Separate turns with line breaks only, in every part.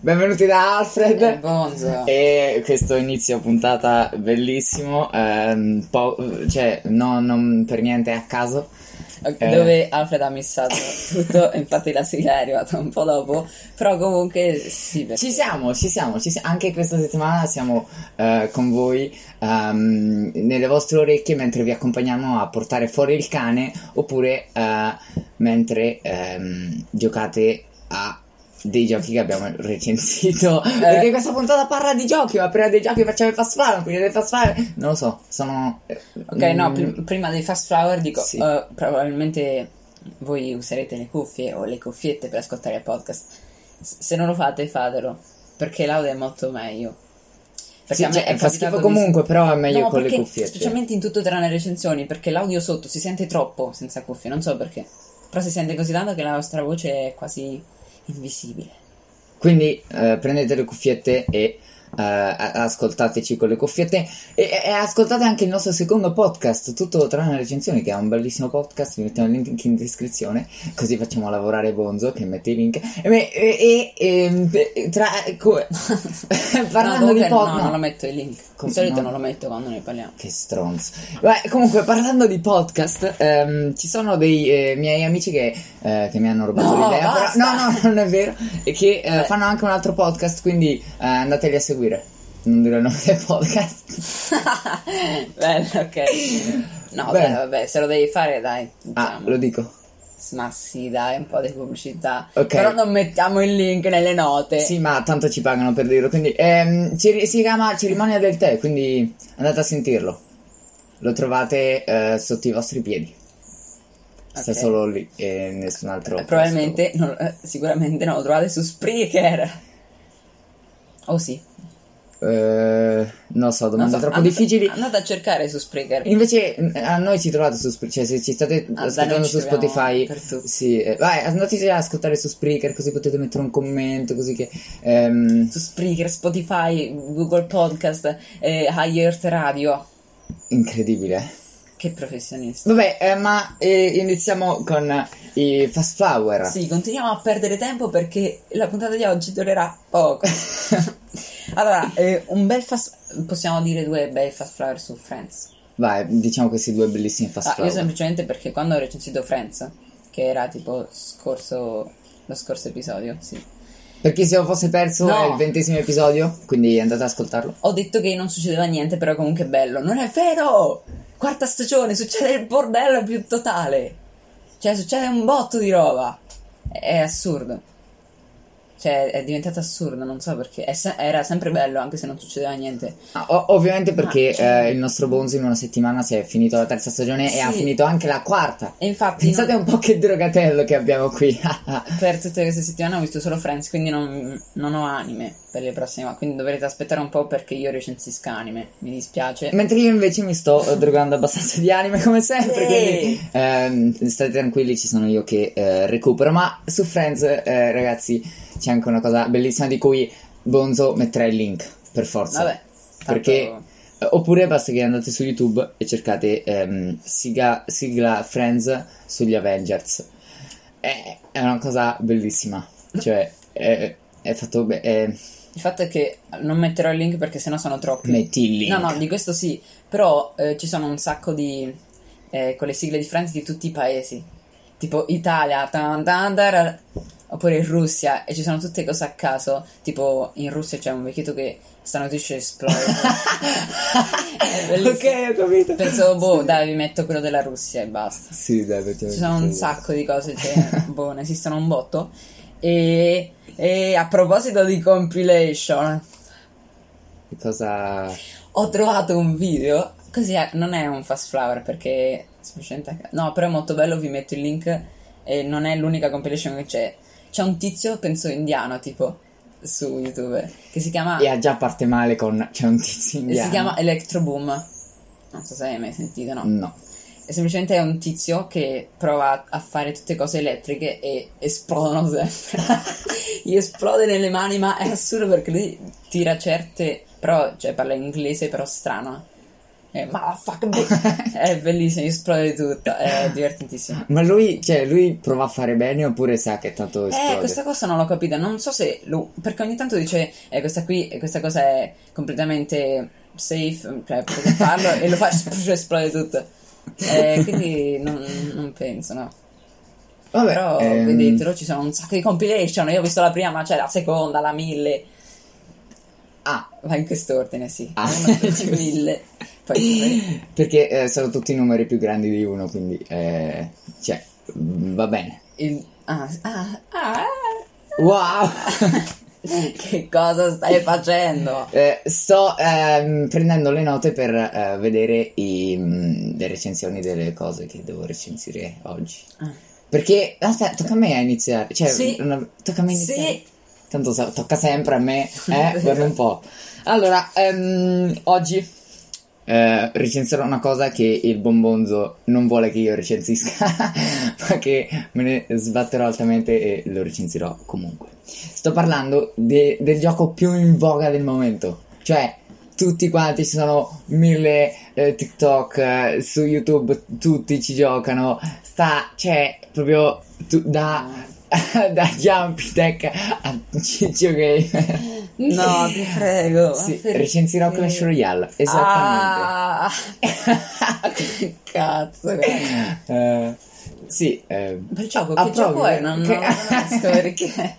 Benvenuti da Alfred.
Bonzo.
E questo inizio puntata bellissimo, ehm, po- cioè no- non per niente a caso. Eh.
Dove Alfred ha missato tutto, infatti la sigla è arrivata un po' dopo, però comunque sì, perché-
Ci siamo, ci siamo, ci si- anche questa settimana siamo eh, con voi ehm, nelle vostre orecchie mentre vi accompagniamo a portare fuori il cane oppure eh, mentre ehm, giocate a dei giochi che abbiamo recensito.
Eh.
Perché questa puntata parla di giochi, ma prima dei giochi facciamo i fast flower, quindi dei fast flower... Non lo so, sono... eh,
Ok, no, pr- prima dei fast flower dico,
mm. Sì.
eh, probabilmente voi userete le cuffie o le cuffiette per ascoltare il podcast. S- se non lo fate, fatelo, perché l'audio è molto meglio. Perché
Sì,
a me
cioè,
è
fa
capitato
schifo
di-
comunque, però è meglio
No,
con le
perché- cioè,
cuffiette.
Specialmente in tutto tranne le recensioni, perché l'audio sotto si sente troppo senza cuffie, non so perché. Però si sente così tanto che la vostra voce è quasi invisibile.
Quindi eh, prendete le cuffiette e eh, a- ascoltateci con le cuffiette e, e ascoltate anche il nostro secondo podcast, tutto tranne le recensioni, che è un bellissimo podcast, vi mettiamo il link in descrizione, così facciamo lavorare Bonzo che mette i link. E, beh, e, e- e- beh, tra, co- parlando
no,
di
comunque
podcast...
No, non lo metto il link.
Come
Di solito
no?
non lo metto quando ne parliamo.
Che stronzo. Beh, comunque, parlando di podcast, ehm, ci sono dei eh, miei amici che, eh, che mi hanno rubato
No,
l'idea. però-
basta.
no, no, non è vero. E che eh, fanno anche un altro podcast, quindi eh, andateli a seguire. Non dirò il nome del podcast.
Bello, Eh, ok. No,
Bene.
dai, vabbè, se lo devi fare, dai.
Ah,
diciamo.
lo dico.
Ma sì, dai, un po' di pubblicità.
Ok.
Però non mettiamo il link nelle note.
Eh,
Eh,
Sì, ma tanto ci pagano per dirlo. Quindi, ehm, ci ri- si chiama Cerimonia del tè, quindi andate a sentirlo. Lo trovate eh, sotto i vostri piedi. Sta
Ok.
solo lì e nessun altro. posto.
Probabilmente, non- eh, sicuramente non lo trovate su Spreaker. Oh sì.
Eh, non so,
Non
domande
so,
troppo
and-
difficili.
Andate a cercare su Spreaker.
Invece mh, a noi ci trovate su Spreaker, cioè se ci state
Ah, dai,
ascoltando
noi ci
su
troviamo
Spotify,
per tutto.
sì, eh, vai, andate a ascoltare su Spreaker così potete mettere un commento, così che... ehm,
Su Spreaker, Spotify, Google Podcast, eh, High Earth Radio.
incredibile.
Che professionista.
Vabbè, eh, ma eh, iniziamo con eh, i Fast Flower.
Sì, continuiamo a perdere tempo perché la puntata di oggi durerà poco. allora, eh, un bel fast... Possiamo dire due bei fast flower su Friends.
Vai, diciamo questi due bellissimi Fast
Ah, io
Flower.
semplicemente perché quando ho recensito Friends, che era tipo scorso... lo scorso episodio, sì.
Perché se lo fosse perso
No.
è il ventesimo episodio, quindi andate ad ascoltarlo.
Ho detto che non succedeva niente, però comunque è bello. Non è vero! Quarta stagione, succede il bordello più totale. Cioè, succede un botto di roba. È assurdo. Cioè, è diventato assurdo, non so perché. È se- era sempre bello, anche se non succedeva niente.
Ah, o- ovviamente perché
Ah, certo.
eh, il nostro Bonzo in una settimana si è finito la terza stagione e ha
Sì.
finito anche la quarta.
E infatti,
Pensate
non-
un po' che drogatello che abbiamo qui.
per tutte queste settimane ho visto solo Friends, quindi non, non ho anime per le prossime. Quindi dovrete aspettare un po' perché io recensisca anime. Mi dispiace.
Mentre io invece mi sto eh, drogando abbastanza di anime come sempre,
Sì.
quindi ehm, state tranquilli, ci sono io che eh, recupero. Ma su Friends, eh, ragazzi, c'è anche una cosa bellissima di cui Bonzo metterà il link, per forza.
Vabbè. tanto-
Perché- Eh, Oppure basta che andate su YouTube e cercate ehm, siga- sigla Friends sugli Avengers. è, è una cosa bellissima. Cioè, è, è fatto be- è-
Il fatto è che non metterò il link perché sennò sono troppi.
Metti il link.
No, no, di questo sì. Però eh, ci sono un sacco di. eh, con le sigle di Friends di tutti i paesi. Tipo Italia, tan, tan, tara, oppure Russia. E ci sono tutte cose a caso. Tipo in Russia c'è un vecchietto che stanotte esplode. È bellissimo.
ok, ho capito.
Penso, boh, dai, vi metto quello della Russia e basta.
Sì, dai, perché-
Ci sono un sacco di cose che boh, ne esistono un botto. E, e a proposito di compilation,
Cosa...
ho trovato un video. Così eh, non è un fast flower perché. semplicemente- No, però è molto bello. Vi metto il link. E non è l'unica compilation che c'è. C'è un tizio, penso indiano, tipo su YouTube, che si chiama,
E ha già parte male con... C'è un tizio indiano.
si chiama Electro Boom. Non so se hai mai sentito, no?
No.
È semplicemente è un tizio che prova a fare tutte cose elettriche e esplodono sempre. Gli esplode nelle mani, ma è assurdo perché lui tira certe. Però, cioè, parla inglese, però strano. Eh, motherfuck, bu- è bellissimo, gli esplode tutto. È divertentissimo.
Ma lui, cioè, lui prova a fare bene oppure sa che tanto esplode?
Eh, questa cosa non l'ho capita. Non so se. lo- perché ogni tanto dice, eh, questa qui, questa cosa è completamente safe, cioè potete farlo, e lo fa, esplode tutto. Eh, quindi non- non penso, no.
Vabbè,
Però
ehm,
vedetelo, ci sono un sacco di compilation. Io ho visto la prima, ma c'è la seconda, la mille.
Ah,
Va in quest'ordine, sì.
Ah.
Uno, due, mille. Poi
perché eh, sono tutti numeri più grandi di uno, quindi... eh, cioè, mm, va bene.
il- ah, ah, ah.
Wow!
che cosa stai facendo?
Eh, sto ehm, prendendo le note per eh, vedere i, mm, le recensioni delle cose che devo recensire oggi.
Ah.
Perché, aspetta, tocca a me a iniziare. Cioè,
Sì.
una- tocca a me
Sì.
iniziare. Tanto sa- tocca sempre a me, eh, per un po'. Allora, ehm, oggi eh, recensirò una cosa che il bombonzo non vuole che io recensisca, ma che me ne sbatterò altamente e lo recensirò comunque. Sto parlando de- del gioco più in voga del momento, cioè tutti quanti ci sono mille eh, TikTok eh, su YouTube, tutti ci giocano, sta, cioè, proprio tu- da... da Jumpy Tech a Ciccio Gamer
No, ti prego. ma
sì,
perché?
recensirò Clash Royale esattamente
Ah, che cazzo. guarda.
Eh, sì, eh,
Bel gioco,
Ah,
che gioco
proprio?
è? Non,
Che-
non capisco perché.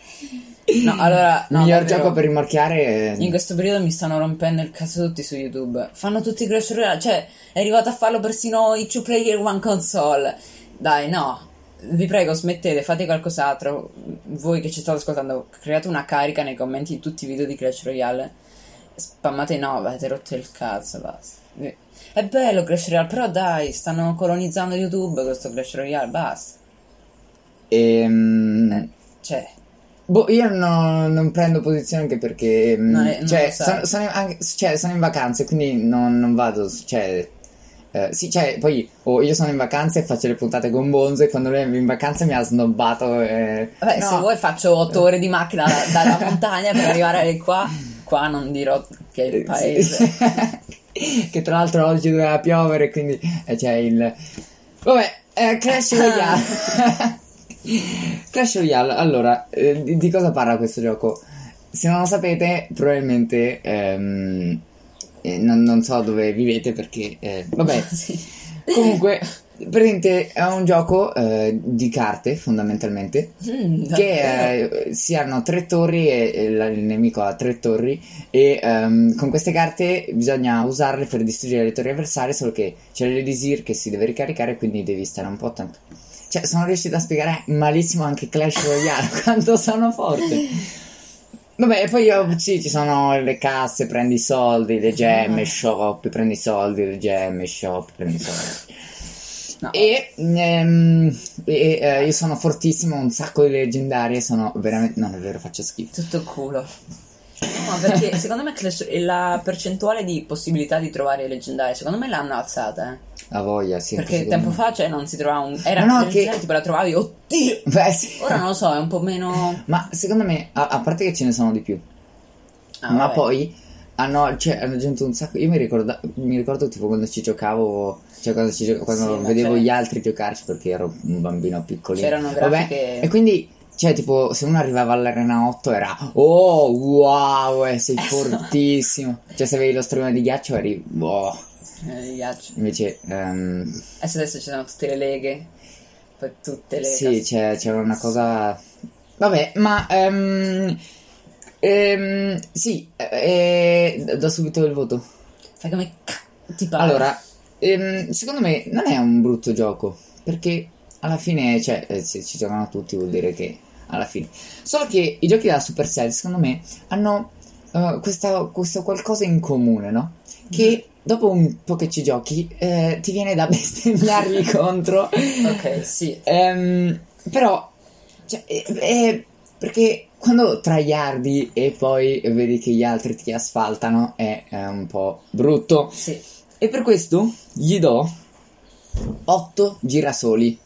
No, allora. No,
miglior
davvero.
gioco per rimarchiare. eh,
In questo periodo mi stanno rompendo il cazzo tutti su YouTube. Fanno tutti Clash Royale, cioè è arrivato a farlo persino i two player one console. Dai, no. Vi prego, smettete, fate qualcos'altro. Voi che ci state ascoltando, create una carica nei commenti di tutti i video di Clash Royale. Spammate no, avete rotto il cazzo, basta. È bello Clash Royale, però dai, stanno colonizzando YouTube questo Clash Royale, basta.
ehm,
Cioè,
boh, io no- non prendo posizione anche perché. mm,
eh, Non è- non
cioè,
lo sai.
sono, sono in- anche- cioè, sono in vacanze, quindi non, non vado. Cioè, eh, sì, cioè, poi oh, io sono in vacanze e faccio le puntate con Bonzo. E quando lui è in vacanza mi ha snobbato. eh,
Vabbè,
no. Eh.
se vuoi faccio otto ore di macchina da- dalla montagna per arrivare qua. Qua non dirò che è il paese.
Sì. che tra l'altro oggi doveva piovere, quindi eh, c'è il... Vabbè, eh, Clash Royale. Clash Royale, allora, eh, di, di cosa parla questo gioco? Se non lo sapete, probabilmente... ehm, eh, non, non so dove vivete perché... eh, vabbè, comunque... Praticamente è un gioco eh, di carte fondamentalmente
Mm, davvero?
che eh, si hanno tre torri e, e la- il nemico ha tre torri e ehm, con queste carte bisogna usarle per distruggere le torri avversarie solo che c'è l'elisir che si deve ricaricare quindi devi stare un po' attento cioè sono riuscito a spiegare malissimo anche Clash Royale quanto sono forte Vabbè, e poi io- sì, ci sono le casse, prendi i soldi, le gemme, shop, prendi i soldi, le gemme, shop, prendi i soldi.
No.
E, ehm, e, eh, io sono fortissimo, un sacco di leggendarie, sono veramente... Non è vero, faccio schifo.
Tutto culo. No, perché secondo me Clash- la percentuale di possibilità di trovare leggendari, secondo me l'hanno alzata. eh.
La voglia, sì.
Perché
anche
tempo
secondo
fa cioè, non si trovava un. Era
No, no,
un leggendario,
che-
tipo la trovavi, oddio!
me. Beh, sì.
Ora non lo so, è un po' meno.
Ma secondo me, a, a parte che ce ne sono di più,
Ah,
ma
vabbè.
poi Ah no, cioè, hanno aggiunto un sacco. Io mi, ricorda- mi ricordo tipo quando ci giocavo, cioè quando, ci gio- quando
ma
vedevo
c'era-
gli altri giocarci perché ero un bambino piccolino.
C'erano grafiche-
e quindi, cioè, tipo, se uno arrivava all'arena 8 era oh wow, eh, sei fortissimo. Cioè, se avevi lo strumento di ghiaccio eri boh.
Eh, ghiaccio.
Invece, ehm,
Adesso, adesso ci sono tutte le leghe. Poi tutte le.
Sì, c'è, c'era una cosa. Vabbè, ma. ehm, ehm, sì, eh, eh, do subito il voto.
Fai come. c- Ti parla.
Allora, ehm, secondo me non è un brutto gioco. Perché alla fine, cioè, eh, se ci giocano tutti vuol dire che alla fine. Solo che i giochi della Supercell, secondo me, hanno eh, questa- questo qualcosa in comune, no? Che
Mm.
dopo un po' che ci giochi, eh, ti viene da bestemmiargli contro.
Ok, sì.
Ehm, però, cioè, eh, eh, perché quando traiardi e poi vedi che gli altri ti asfaltano è, eh, un po' brutto.
Sì.
E per questo gli do 8 girasoli.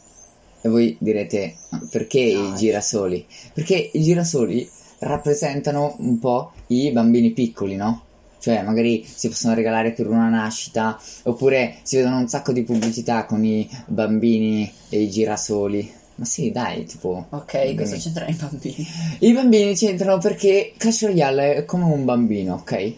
E voi direte, "Ma perché i girasoli? Perché i girasoli rappresentano un po' i bambini piccoli, no? Cioè, magari si possono regalare per una nascita, oppure si vedono un sacco di pubblicità con i bambini e i girasoli. Ma sì, dai, tipo...
Ok, cosa
Mm.
c'entrano i bambini?
I bambini c'entrano perché Clash Royale è come un bambino, ok?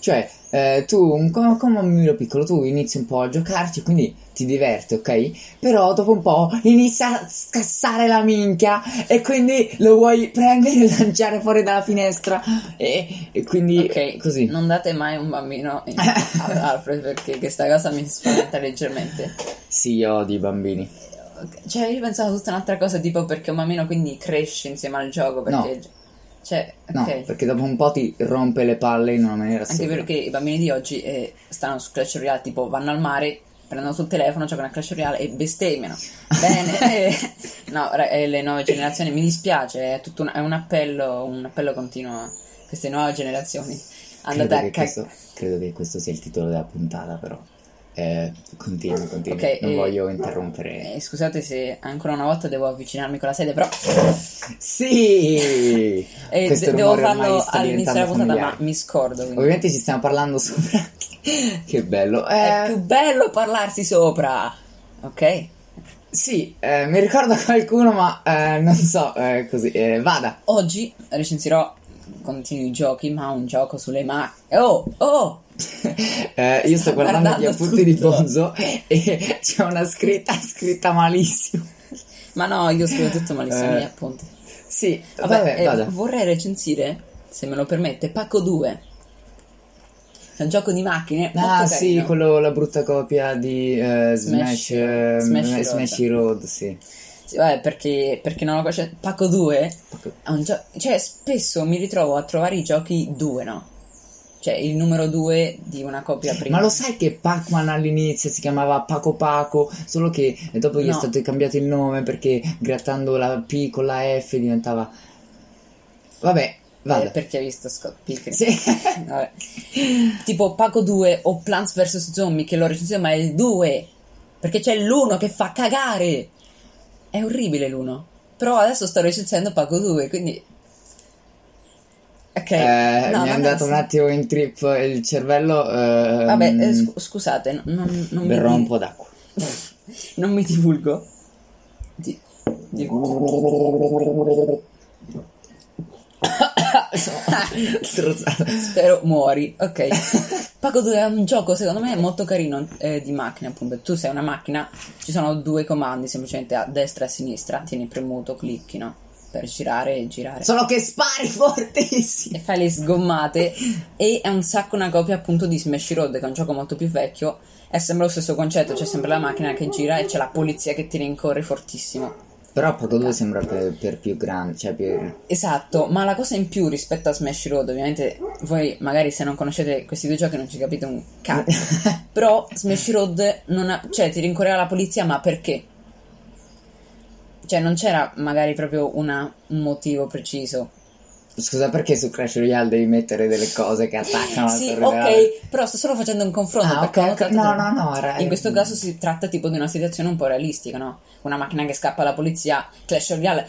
Cioè, eh, tu, un- come, come un bambino piccolo, tu inizi un po' a giocarci, quindi ti diverti, ok? Però dopo un po' inizia a scassare la minchia e quindi lo vuoi prendere e lanciare fuori dalla finestra e, e quindi
Ok,
così.
Non date mai un bambino in- ad Alfred perché questa cosa mi spaventa leggermente.
Sì, io odio i bambini.
Ok, Cioè, io pensavo tutta un'altra cosa, tipo perché un bambino quindi cresce insieme al gioco. Perché. Cioè, ok.
No, perché dopo un po' ti rompe le palle in una maniera
Anche
assurda.
perché i bambini di oggi eh, stanno su Clash Royale, tipo vanno al mare, prendono sul telefono, giocano a Clash Royale e bestemmiano. Bene, eh, no, ra- eh, le nuove generazioni, mi dispiace, è, tutto un, è un appello, un appello continuo a queste nuove generazioni. Andate
credo,
a
che
cagare.
questo, credo che questo sia il titolo della puntata, però. Eh, continua, continua.
Ok,
non
eh,
voglio interrompere.
scusate se ancora una volta devo avvicinarmi con la sedia, però
Sì!
eh,
Questo
de- devo
rumore ormai
farlo
sta
all'inizio della
diventando
puntata, ma
familiare.
mi scordo. quindi.
Ovviamente ci stiamo parlando sopra. che bello.
È
Eh,
più bello parlarsi sopra, ok?
Sì, eh, mi ricordo qualcuno, ma eh, non so, eh, così. eh, vada.
Oggi recensirò continui giochi, ma un gioco sulle macchine. Oh, oh!
Eh, io sto guardando, gli
guardando
appunti di
tutto.
Bonzo e c'è una scritta scritta malissimo.
Ma no, io scrivo tutto malissimo,
Eh,
gli appunti.
Sì, vabbè,
Vabbè, eh,
vada.
vorrei recensire, se me lo permette, Paco 2. È un gioco di macchine.
Ah
molto
sì,
carino.
quello, la brutta copia di eh, Smash,
Smash-
eh,
Smash
Smash,
Road.
Road, sì.
Sì, vabbè, perché, perché non lo conosce. Paco 2 è un gioco. Cioè, spesso mi ritrovo a trovare i giochi 2, no? Cioè, il numero 2 di una coppia prima.
Ma lo sai che Pac-Man all'inizio si chiamava Paco Paco, solo che eh, dopo gli è
No.
stato cambiato il nome perché grattando la P con la F diventava... Vabbè,
Eh,
vada.
perché hai visto Scott Pilgrim.
Sì.
Vabbè. Tipo Paco 2 o Plants vs Zombie che l'ho recensito ma è il 2 perché c'è l'1 che fa cagare è orribile l'1 però adesso sto recensendo Paco 2 quindi ok
Eh,
No,
mi è
non
andato un
sì.
attimo in trip il cervello. ehm,
vabbè eh, scu- scusate no- non, non mi
berrò un po' d'acqua.
non mi divulgo Di- di-
Strozzato.
Spero muori. Ok. Paco 2 è un gioco, secondo me, molto carino eh, di macchina, appunto. Tu sei una macchina, ci sono due comandi, semplicemente a destra e a sinistra. Tieni premuto, clicchi, no? Per girare e girare.
Solo che spari fortissimo.
e fai le sgommate. e è un sacco una copia, appunto, di Smash Road, che è un gioco molto più vecchio. È sempre lo stesso concetto, c'è sempre la macchina che gira e c'è la polizia che ti rincorre fortissimo.
Però Paco 2 sembra per, per più grande, cioè più...
Esatto, ma la cosa in più rispetto a Smash Road, ovviamente voi magari se non conoscete questi due giochi non ci capite un cazzo, però Smash Road non ha, cioè ti rincorreva la polizia, ma perché? Cioè non c'era magari proprio una- un motivo preciso.
Scusa, perché su Crash Royale devi mettere delle cose che attaccano la torre
sì,
della-
ok, però sto solo facendo un confronto.
Ah,
perché
ok,
ho
ok.
notato
No,
che-
no, no, era-
In questo caso si tratta tipo di una situazione un po' realistica, no? Una macchina che scappa alla polizia, Clash Royale,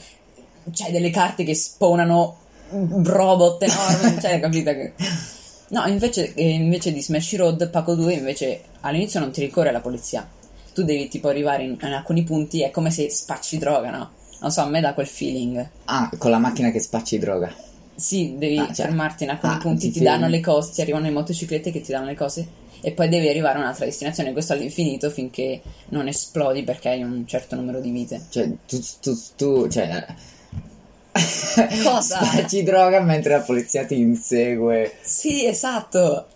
c'hai delle carte che spawnano un robot enorme, cioè, capito? che- No, invece, eh, invece di Smash Road, Paco 2 invece all'inizio non ti ricorre la polizia. Tu devi tipo arrivare in, in alcuni punti, è come se spacci droga, no? Non so, a me dà quel feeling.
Ah, con la macchina che spacci droga.
Sì, devi
Ah, cioè-
fermarti in alcuni
ah,
punti,
ti
ti
fermi.
danno le cose, ti arrivano le motociclette che ti danno le cose e poi devi arrivare a un'altra destinazione, questo all'infinito finché non esplodi perché hai un certo numero di vite.
Cioè, tu, tu, tu cioè...
Cosa?
Spacci droga mentre la polizia ti insegue.
Sì, esatto.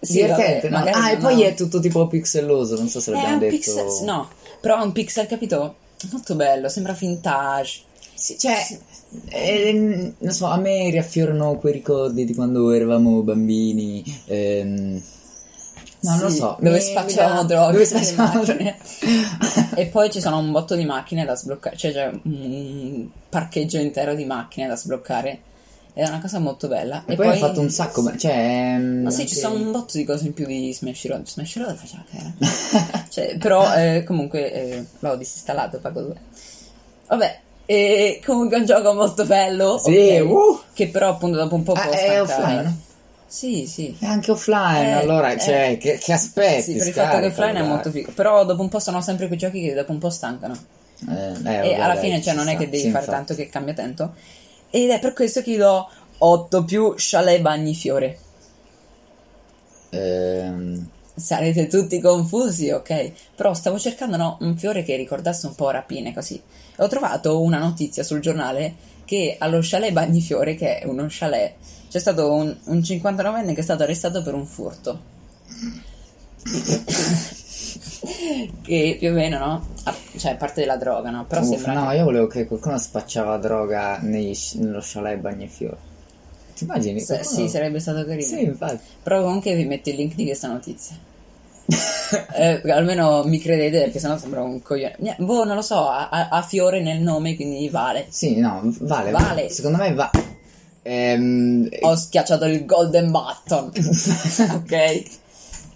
Sì,
Divertente,
vabbè,
no?
magari
Ah, e
non
poi
ho-
è tutto tipo pixelloso, non so se
È
l'abbiamo
un
detto.
pixel, sì, no, però è un pixel, capito? Molto bello, sembra vintage.
Sì, cioè, ehm, non so, a me riaffiorano quei ricordi di quando eravamo bambini. ehm, no, non lo
Sì,
so.
dove
mi-
spacciavamo
mi dà-
droga
Dove
nelle
spacciavamo
macchine. e poi ci sono un botto di macchine da sbloccare, cioè c'è un parcheggio intero di macchine da sbloccare. Ed è una cosa molto bella.
E poi ha fatto un sacco, ma cioè... ehm,
Ma sì, ci
anche-
sono un botto di cose in più di Smash Road. Smash Road faceva cagare. cioè, però eh, comunque eh, l'ho disinstallato, pago due. Vabbè, eh, comunque è un gioco molto bello.
Sì,
ok,
uh!
Che però appunto dopo un po'
Ah,
può
è
stancare.
offline?
Sì, sì.
È anche offline,
Eh,
allora,
eh.
cioè, che, che aspetti?
Sì, per il
Scarica,
fatto che offline è
dai.
molto figo. Però dopo un po' sono sempre quei giochi che dopo un po' stancano.
Eh, eh,
e
vabbè,
alla
dai,
fine, cioè,
ci
non è
sta.
che devi
Sì,
fare
infatti.
tanto che cambia tanto. Ed è per questo che gli do 8 più Chalet Bagnifiore.
Ehm,
Sarete tutti confusi, ok? Però stavo cercando no, un fiore che ricordasse un po' rapine, così. E Ho trovato una notizia sul giornale che allo chalet Bagnifiore, che è uno chalet, c'è stato un, un 59enne che è stato arrestato per un furto. che più o meno, no? Ah, cioè, è parte della droga, no? Però
uff,
sembra...
Uh, no,
che-
io volevo che qualcuno spacciava droga nei, nello chalet Bagnifiore. Ti immagini?
se-
Qualcuno-
sì, sarebbe stato carino.
Sì, infatti.
Però comunque vi metto il link di questa notizia. Eh, almeno mi credete perché sennò sembra un coglione. Ne- Boh, non lo so, ha, ha- ha fiore nel nome, quindi vale.
Sì, no, vale.
Vale.
Secondo me va... Ehm,
Ho schiacciato il golden button. ok.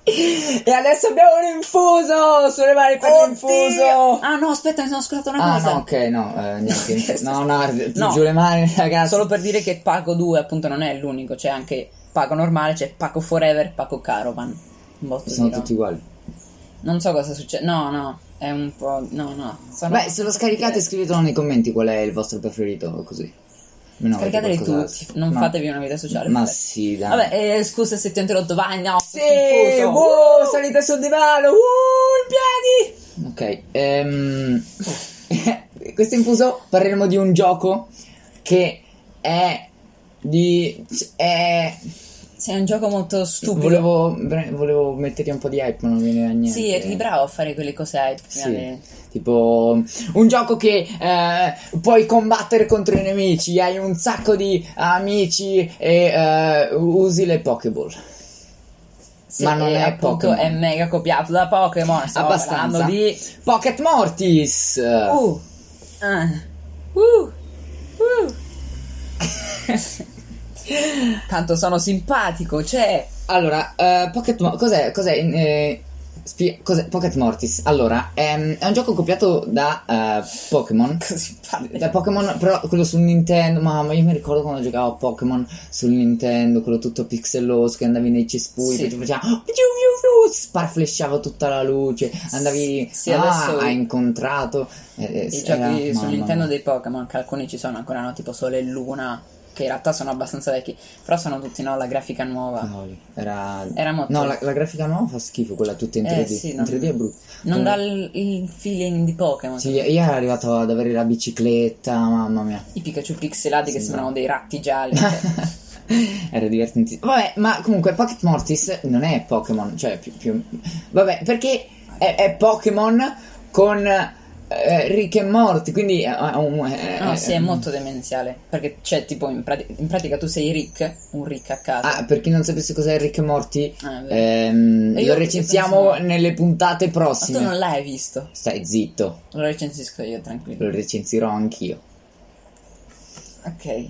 E adesso abbiamo l'infuso sulle mani per
Oddio!
l'infuso.
Ah no, aspetta, mi sono scordato una
Ah
cosa.
no, ok, no, eh, niente. No, no,
No.
giù le mani, ragazzi.
Solo per dire che Paco 2 appunto non è l'unico, c'è anche Paco normale, c'è Paco Forever, Paco Caravan. Un botto
Sono
di roba.
tutti uguali.
Non so cosa succede. No, no, è un po'... No, no. sono-
Beh, se lo scaricate scrivetelo nei commenti qual è il vostro preferito, così. Almeno avete
Scaricateli
qualcos'altro.
tutti, non
Ma-
fatevi una vita sociale.
Ma
vabbè.
sì, dai.
Vabbè, eh, scusa se ti ho interrotto, Vagna. ho
Sì,
confuso.
wow, salite sul divano,
eh,
uh, in piedi. Ok, ehm, questo infuso parleremo di un gioco che è di... è...
Sei un gioco molto stupido.
Volevo, volevo metterti un po' di hype, ma non mi viene niente.
Sì, eri bravo a fare quelle cose hype.
Sì.
veramente.
Tipo mm, un gioco che eh, puoi combattere contro i nemici, hai un sacco di amici e eh, usi le Pokéball.
Sì,
Ma non
e
è
appunto
Pokémon.
è mega copiato da Pokémon. Stiamo
Abbastanza.
parlando di
Pocket Mortis.
Uh. Ah. Uh. Uh. Tanto sono simpatico, cioè
Allora, eh, Pocket Mo- cos'è, cos'è, eh, spie- cos'è Pocket Mortis? Allora, ehm, è un gioco copiato da eh, Pokémon.
Così parli.
Da Pokémon, però quello su Nintendo. Mamma, io mi ricordo quando giocavo a Pokémon sul Nintendo, quello tutto pixeloso che andavi nei cespugli,
Sì.
poi ti faceva "Oh, piu, piu, piu, sparflesciava tutta la luce. Andavi
Sì,
ah,
adesso-
hai incontrato eh, eh,
i
era-
giochi su
mamma
Nintendo
mia.
dei Pokémon, che alcuni ci sono ancora, no? Tipo Sole e Luna, che in realtà sono abbastanza vecchi, però sono tutti, no? La grafica nuova.
Cavoli, Era...
Era molto-
No, la, la grafica nuova fa schifo, quella tutta in
Eh,
3D.
sì,
in
non-
3D è brutta.
Non
Allora-
dà il, il feeling di Pokémon.
eh. Sì, io io ero arrivato ad avere la bicicletta, mamma mia.
I Pikachu pixelati che
Sì.
sembrano dei ratti gialli. Cioè,
Era divertentissimo. Vabbè, ma comunque Pocket Mortis non è Pokémon, cioè più, più- Vabbè, perché è, è Pokémon con eh, Rick e Morty, quindi... è- è un- eh, è-
no, Ah, sì, è
è-
molto demenziale. Perché c'è tipo in, prati- in pratica tu sei Rick, un Rick a caso.
Ah, per chi non sapesse cos'è Rick e Morty,
Ah, è
ehm,
E io
lo recensiamo
pensavo-
nelle puntate
Ma
prossime.
tu non l'hai visto.
Stai zitto,
Lo recensisco io, tranquillo.
lo recensirò anch'io.
Ok.
Beh,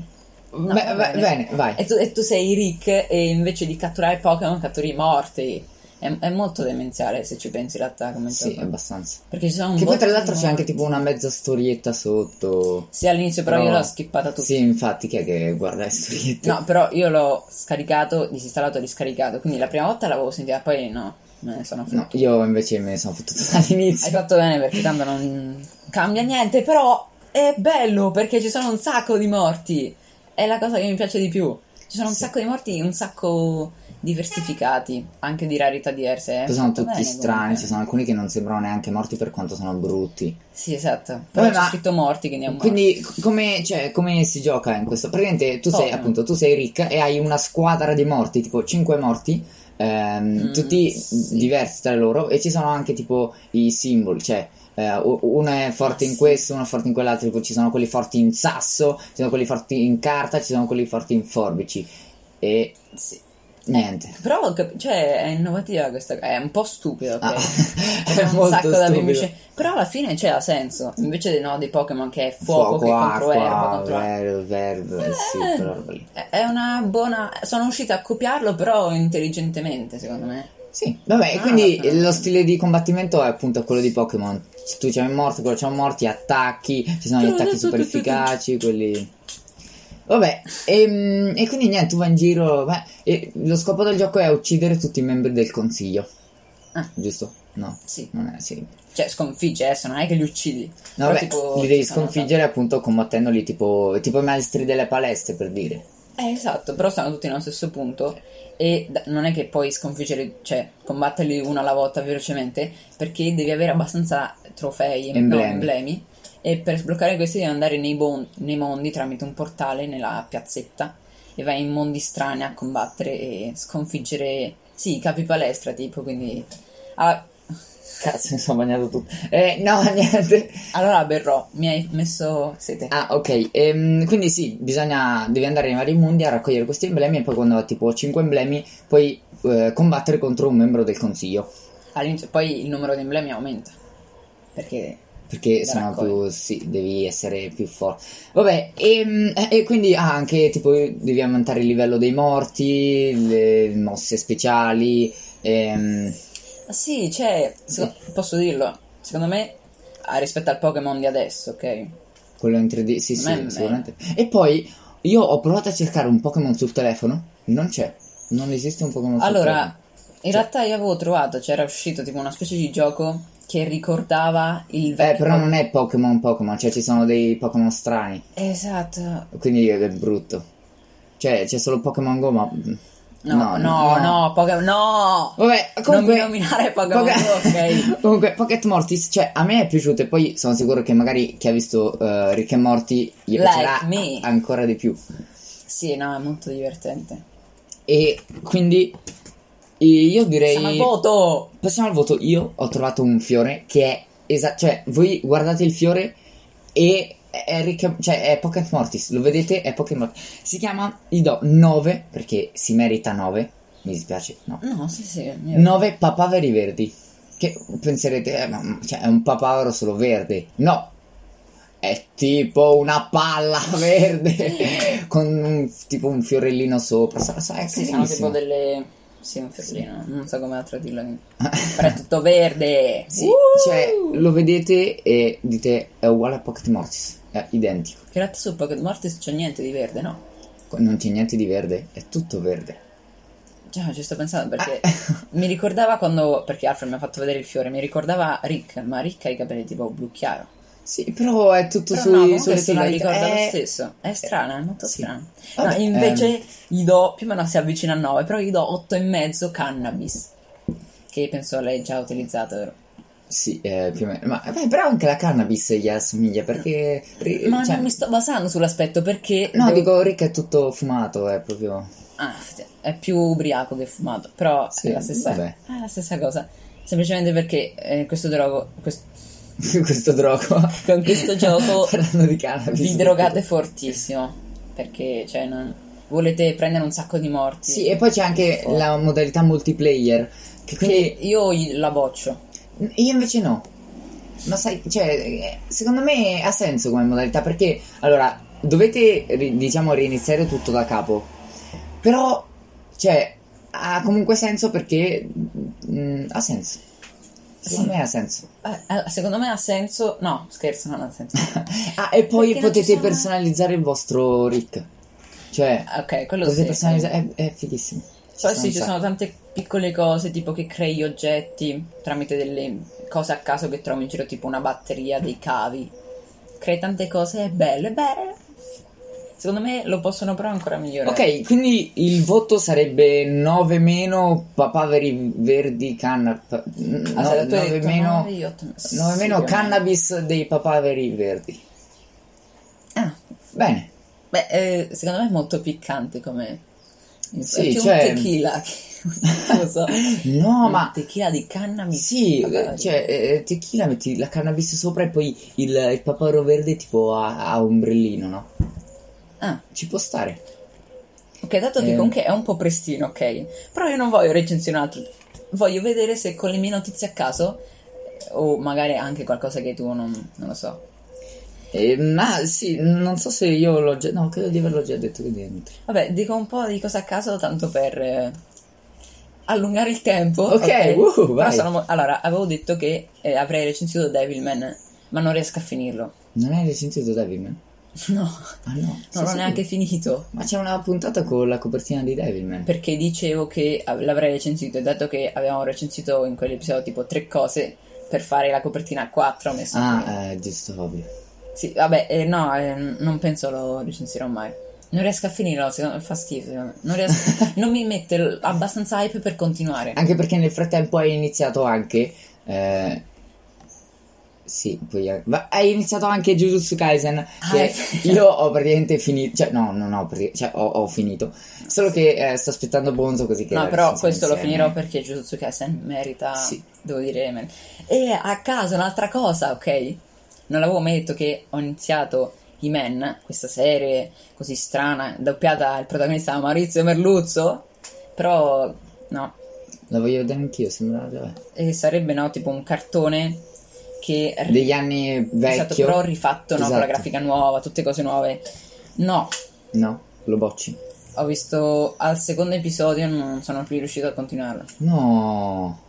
No, va Eh,
beh, bene. vai.
E tu, e tu sei Rick e invece di catturare Pokémon catturi i morti. È, è molto demenziale se ci pensi in realtà come
Sì,
gioco.
abbastanza.
Perché ci sono un
Che poi
botto
tra
di
l'altro c'è
morti.
anche tipo una mezza storietta sotto.
Sì, all'inizio però, io
Però-
l'ho schippata tutta.
Sì, infatti, chi è che guarda le storiette?
No, però io l'ho scaricato, disinstallato e riscaricato. Quindi la prima volta l'avevo sentita, poi no, me ne sono
No,
fatto.
io invece me ne sono fottuto
Hai
dall'inizio.
fatto bene perché tanto non cambia niente, però è bello perché ci sono un sacco di morti. È la cosa che mi piace di più. Ci sono un
Sì.
sacco di morti, un sacco diversificati, anche di rarità diverse. eh.
Poi sono
Fatto
tutti
bene,
strani,
comunque.
ci sono alcuni che non sembrano neanche morti per quanto sono brutti.
Sì, esatto. Però
Vabbè,
c'è
ma-
scritto morti, quindi è un morto.
Quindi, c- come, cioè, come si gioca in questo? Praticamente tu sei,
Povero.
appunto, tu sei ricca e hai una squadra di morti, tipo 5 morti, ehm,
Mm,
tutti
sì.
diversi tra loro, e ci sono anche tipo i simboli, cioè. eh, u- uno è forte in
sì.
questo, uno è forte in quell'altro, tipo ci sono quelli forti in sasso, ci sono quelli forti in carta, ci sono quelli forti in forbici e
Sì.
niente.
Però ho cap- cioè, è innovativa questa cosa, è un po' stupido, ok?
Ah,
Ci sono
è
un
molto
sacco da
stupido.
bimbici- Però alla fine c'è ha senso. Invece no, dei Pokémon che è fuoco, che è contro erba, contro acqua.
ver- verba, eh, sì,
Eh,
quella roba lì.
è- È una buona. Sono riuscita a copiarlo, però intelligentemente, secondo me.
Sì, vabbè,
Ah,
quindi
vabbè.
lo stile di combattimento è appunto quello di Pokémon. Tu c'hai un morto, quello c'ha un morto, gli attacchi, ci sono gli attacchi super efficaci, quelli... Vabbè, ehm, e, quindi niente, tu vai in giro... beh, e lo scopo del gioco è uccidere tutti i membri del consiglio.
Ah.
Giusto? No.
Sì.
Non è, sì.
Cioè, sconfigge adesso, non è che li uccidi.
No,
Però,
vabbè,
tipo,
li devi
ci sono
sconfiggere appunto combattendoli tipo, tipo i maestri delle palestre, per dire.
Eh, esatto, però stanno tutti nello stesso punto e da- non è che puoi sconfiggere, cioè combatterli uno alla volta velocemente perché devi avere abbastanza trofei, no,
Emblemi.
emblemi e per sbloccare questi devi andare nei, bon- nei mondi tramite un portale nella piazzetta e vai in mondi strani a combattere e sconfiggere, sì, i capi palestra tipo, quindi... Ah,
Cazzo, mi sono bagnato tutto. Eh, no, niente.
allora Berrò, mi hai messo sete.
Ah, ok. Ehm, quindi sì, bisogna. Devi andare nei vari mondi a raccogliere questi emblemi. E poi, quando ha tipo 5 emblemi, puoi eh, combattere contro un membro del consiglio.
All'inizio poi il numero di emblemi aumenta perché...
Perché
Da
sono
raccogliere.
più. Sì, devi essere più forte. Vabbè, ehm, e, quindi ah, anche tipo devi aumentare il livello dei morti, le mosse speciali. Ehm,
Ah, Sì, cioè, seco- posso dirlo, secondo me ah, rispetto al Pokémon di adesso, ok?
quello in 3D. Sì, sì,
Ma è me-
sicuramente. E poi io ho provato a cercare un Pokémon sul telefono. Non c'è. Non esiste un Pokémon sul telefono.
Allora, in realtà io avevo trovato, c'era uscito tipo una specie di gioco che ricordava il
Eh,
vecchio...
però non è Pokémon Pokémon, cioè ci sono dei Pokémon strani,
Esatto.
quindi è brutto. Cioè, c'è solo Pokémon Go, ma... mm,
No, no, no, Pokémon... No!
Vabbè, comunque...
mi nominare Pokémon Go, ok?
comunque, Pocket Mortis, cioè, a me è piaciuto e poi sono sicuro che magari chi ha visto eh, Rick e Morty gli
Like
piacerà
me.
ancora di più.
Sì, no, è molto divertente.
E quindi eh, io direi...
Siamo al voto!
Passiamo al voto. Io ho trovato un fiore che è esatto. Cioè, voi guardate il fiore e è, ricca- cioè, è Pocket Mortis. Lo vedete? È Pocket Mortis. Si chiama. Gli do 9 perché si merita 9. Mi dispiace, no.
No, sì, sì. io-
9 papaveri verdi. Che penserete, eh, ma- ma- cioè, è un papavero solo verde. No. È tipo una palla verde con un- tipo un fiorellino sopra. Sa- sa- è
Sì, sono
carinissimo.
tipo delle... Sì, un fiorellino, non so come altro dirlo. Però è tutto verde!
Sì,
Uh!
cioè lo vedete e dite è uguale a Pocket Mortis, è identico,
Che in realtà su Pokémon Mortis c'è niente di verde, no?
non c'è niente di verde, è tutto verde.
Già, ci sto pensando perché
Eh.
mi ricordava quando. Perché Alfred mi ha fatto vedere il fiore, mi ricordava Rick, ma Rick ha i capelli tipo blu chiaro.
Sì, però è tutto
Però
sui,
no, comunque
sulle
sì, lo
tonalità,
ricorda
è-
lo stesso. È strano, è molto
sì.
strano.
Vabbè, ehm.
no, invece gli do più o meno si avvicina a 9, però gli do 8 e mezzo cannabis. Che penso l'hai già utilizzato, vero?
Sì, eh, più o meno, ma beh, però anche la cannabis gli assomiglia perché... ri-
Ma
cioè,
non mi sto basando sull'aspetto perché.
No,
devo-
dico Rick è tutto fumato, è proprio...
Ah, è più ubriaco che fumato, però
Sì,
è, la stessa,
vabbè.
è la stessa cosa. Semplicemente perché eh, questo drogo. quest-
questo drogo.
Con questo gioco
Parlando di cannabis.
vi drogate fortissimo perché cioè, non- volete prendere un sacco di morti
Sì, e poi c'è anche la modalità multiplayer, che
Che
quindi...
io gli- la boccio
Io invece no. Ma sai, cioè, eh, secondo me ha senso come modalità perché, allora, dovete, ri- diciamo, riniziare tutto da capo. Però, cioè, ha comunque senso perché mm, ha senso. Secondo me ha senso.
Eh, allora, secondo me ha senso. No, scherzo, non ha senso.
Ah, e poi
Perché non ci
potete
sono-
personalizzare il vostro Rick. Cioè,
Ok, quello
potete
sì.
personalizzare. È, è fighissimo.
Poi
sta
sì,
un
ci
sacco.
sono tante piccole cose, tipo che crei oggetti tramite delle cose a caso che trovi in giro, tipo una batteria, dei cavi. Crei tante cose, è bello, è bello. Secondo me lo possono però ancora migliorare.
Ok, quindi il voto sarebbe 9 meno papaveri verdi cannabis.
Ah, se tu hai
9
detto
meno,
nove, io ho detto-
9
sì,
meno
più o
cannabis dei papaveri verdi.
Ah,
Bene.
beh, eh, secondo me è molto piccante come...
Sì,
è più
cioè-
un tequila, che- non lo so.
No,
Un
ma-
tequila di cannabis.
Sì,
Vabbè,
eh, cioè, eh, tequila metti la cannabis sopra e poi il, il papavero verde tipo a, a ombrellino, no?
Ah,
Ci può stare.
Ok, dato che
Eh.
comunque è un po' prestino, ok. Però io non voglio recensionato. Voglio vedere se con le mie notizie a caso, eh, o magari anche qualcosa che tu non, non lo so.
Eh, ma sì, non so se io l'ho già... No, credo di averlo già detto che dentro.
Vabbè, dico un po' di cose a caso, tanto per eh, allungare il tempo.
Ok, uh,
Però
vai.
sono mo- allora, avevo detto che eh, avrei recensito Devilman, ma non riesco a finirlo.
Non hai risentito Devilman?
No,
Ah no,
non l'ho neanche finito.
Ma c'è una puntata con la copertina di Devilman.
perché dicevo che av- l'avrei recensito e dato che avevamo recensito in quell'episodio tipo tre cose per fare la copertina a quattro ho messo qui.
Ah, eh, giusto, ovvio.
sì vabbè eh, no eh, non penso lo recensirò mai non riesco a finirlo secondo me fa schifo secondo me. non, riesco- non mi mette l- abbastanza hype per continuare
Anche perché nel frattempo hai iniziato anche... eh, Sì, poi ma hai iniziato anche Jujutsu Kaisen. Che
Ah, è vero.
io ho praticamente finito. Cioè, no, non ho, praticamente- cioè, ho, ho finito. Solo che eh, sto aspettando Bonzo così che.
no
la
però
recensiamo
questo lo
insieme.
finirò perché Jujutsu Kaisen merita
Sì.
devo dire merita. e a caso un'altra cosa ok non l'avevo mai detto che ho iniziato He-Man, questa serie così strana, doppiata il protagonista da Maurizio Merluzzo, però no,
La voglio vedere anch'io, sembra. vabbè.
e sarebbe no, tipo un cartone che è
Degli anni
stato
vecchio.
Eh, esatto, però rifatto no, con la
Esatto.
grafica nuova, tutte cose nuove. No,
No, lo bocci.
ho visto al secondo episodio e non sono più riuscito a continuarlo.
No.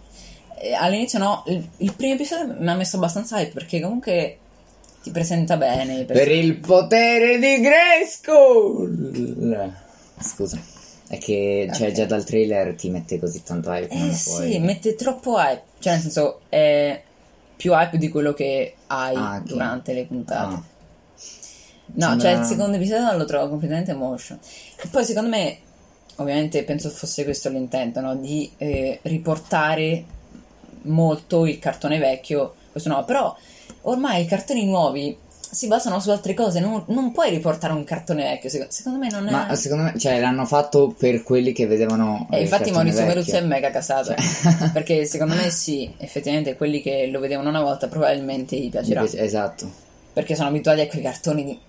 Eh, All'inizio no, il, il primo episodio mi ha messo abbastanza hype perché comunque ti presenta bene. i
Per
personaggi.
il potere di Grayskull. Scusa. È che cioè, già dal trailer ti mette così tanto hype. non
Eh
lo
sì,
puoi-
mette troppo hype, cioè nel senso è più hype di quello che hai
Ah, ok.
durante le
Ah.
puntate. No,
Sembra-
cioè il secondo episodio non lo trovo completamente motion. E poi secondo me, ovviamente penso fosse questo l'intento, no? Di eh, riportare molto il cartone vecchio, questo no, però ormai i cartoni nuovi si basano su altre cose, non, non puoi riportare un cartone vecchio, seco- secondo, me non è...
Ma secondo me, cioè, l'hanno fatto per quelli che vedevano.
Eh,
eh,
infatti
cartoni
Maurizio
vecchi.
Meruzzi è mega casato,
Cioè.
perché secondo me sì, effettivamente quelli che lo vedevano una volta probabilmente gli piacerà,
Invece- Esatto.
perché sono abituati a quei cartoni di...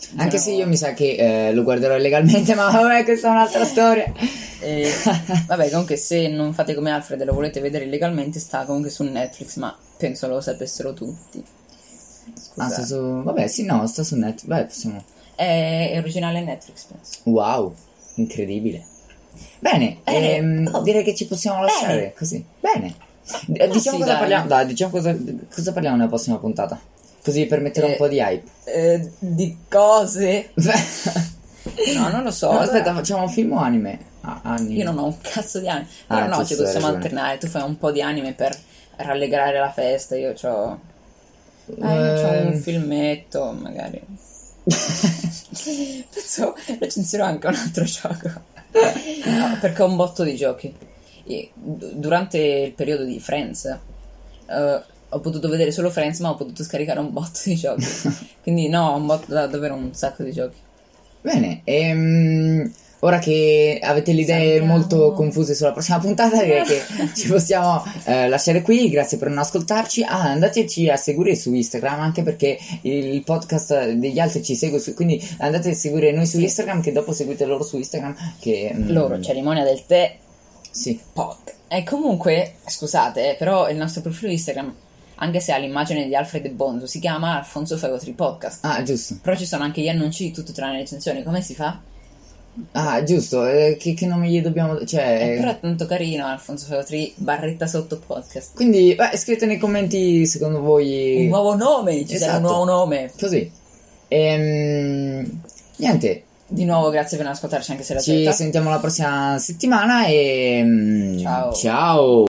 Cioè,
Anche
Però-
se io mi sa che eh, lo guarderò illegalmente, ma vabbè, questa è un'altra storia.
Eh, vabbè, comunque, se non fate come Alfred e lo volete vedere legalmente, sta comunque su Netflix, ma penso lo sapessero tutti. Scusa.
Ah, sta su... Vabbè, sì, no, sta su Netflix. Beh, possiamo...
è, è originale Netflix, penso.
Wow, incredibile. Bene,
Bene.
ehm,
Oh.
direi che ci possiamo lasciare
Bene. Ah,
così. Bene. D- diciamo
sì,
cosa
dai.
parliamo. Dai, diciamo cosa, cosa parliamo nella prossima puntata. Così per mettere
Eh.
un po' di hype.
Eh, di cose? No, non lo so.
No,
allora,
aspetta, facciamo film o anime? Ah, anime.
io non ho un cazzo di anime.
Ah,
Però no, ci
giusto, hai
possiamo
ragione.
alternare. Tu fai un po' di anime per rallegrare la festa. Io ho. un
Ehm,
filmetto, magari. Penso recensirò anche un altro gioco. No, perché ho un botto di giochi. E du- durante il periodo di Friends eh, ho potuto vedere solo Friends, ma ho potuto scaricare un botto di giochi. Quindi no, ho un botto da davvero un sacco di giochi.
Bene, ehm, ora che avete le idee
Salutiamo.
molto confuse sulla prossima puntata, direi che ci possiamo eh, lasciare qui. Grazie per non ascoltarci. Ah, andateci a seguire su Instagram anche perché il podcast degli altri ci segue, su- quindi andate a seguire noi su Instagram, che dopo seguite loro su Instagram. Che, mm,
Loro, cerimonia del tè
Sì.
Pod. E comunque, scusate, eh, però il nostro profilo Instagram, anche se ha l'immagine di Alfred e Bonzo, si chiama Alfonso Fagotri Podcast.
Ah, giusto.
Però ci sono anche gli annunci di tutto tranne le recensioni. Come si fa?
Ah, giusto, eh, che, che nome gli dobbiamo... Cioè...
Eh, però è tanto carino Alfonso Feltri, barretta sotto podcast.
Quindi, beh, scrivete nei commenti secondo voi...
Un nuovo nome, ci sarà un
Esatto.
nuovo nome.
Così. Ehm, niente,
Di nuovo grazie per ascoltarci anche se la
ci
sera.
sentiamo la prossima settimana e... mm,
Ciao.
Ciao.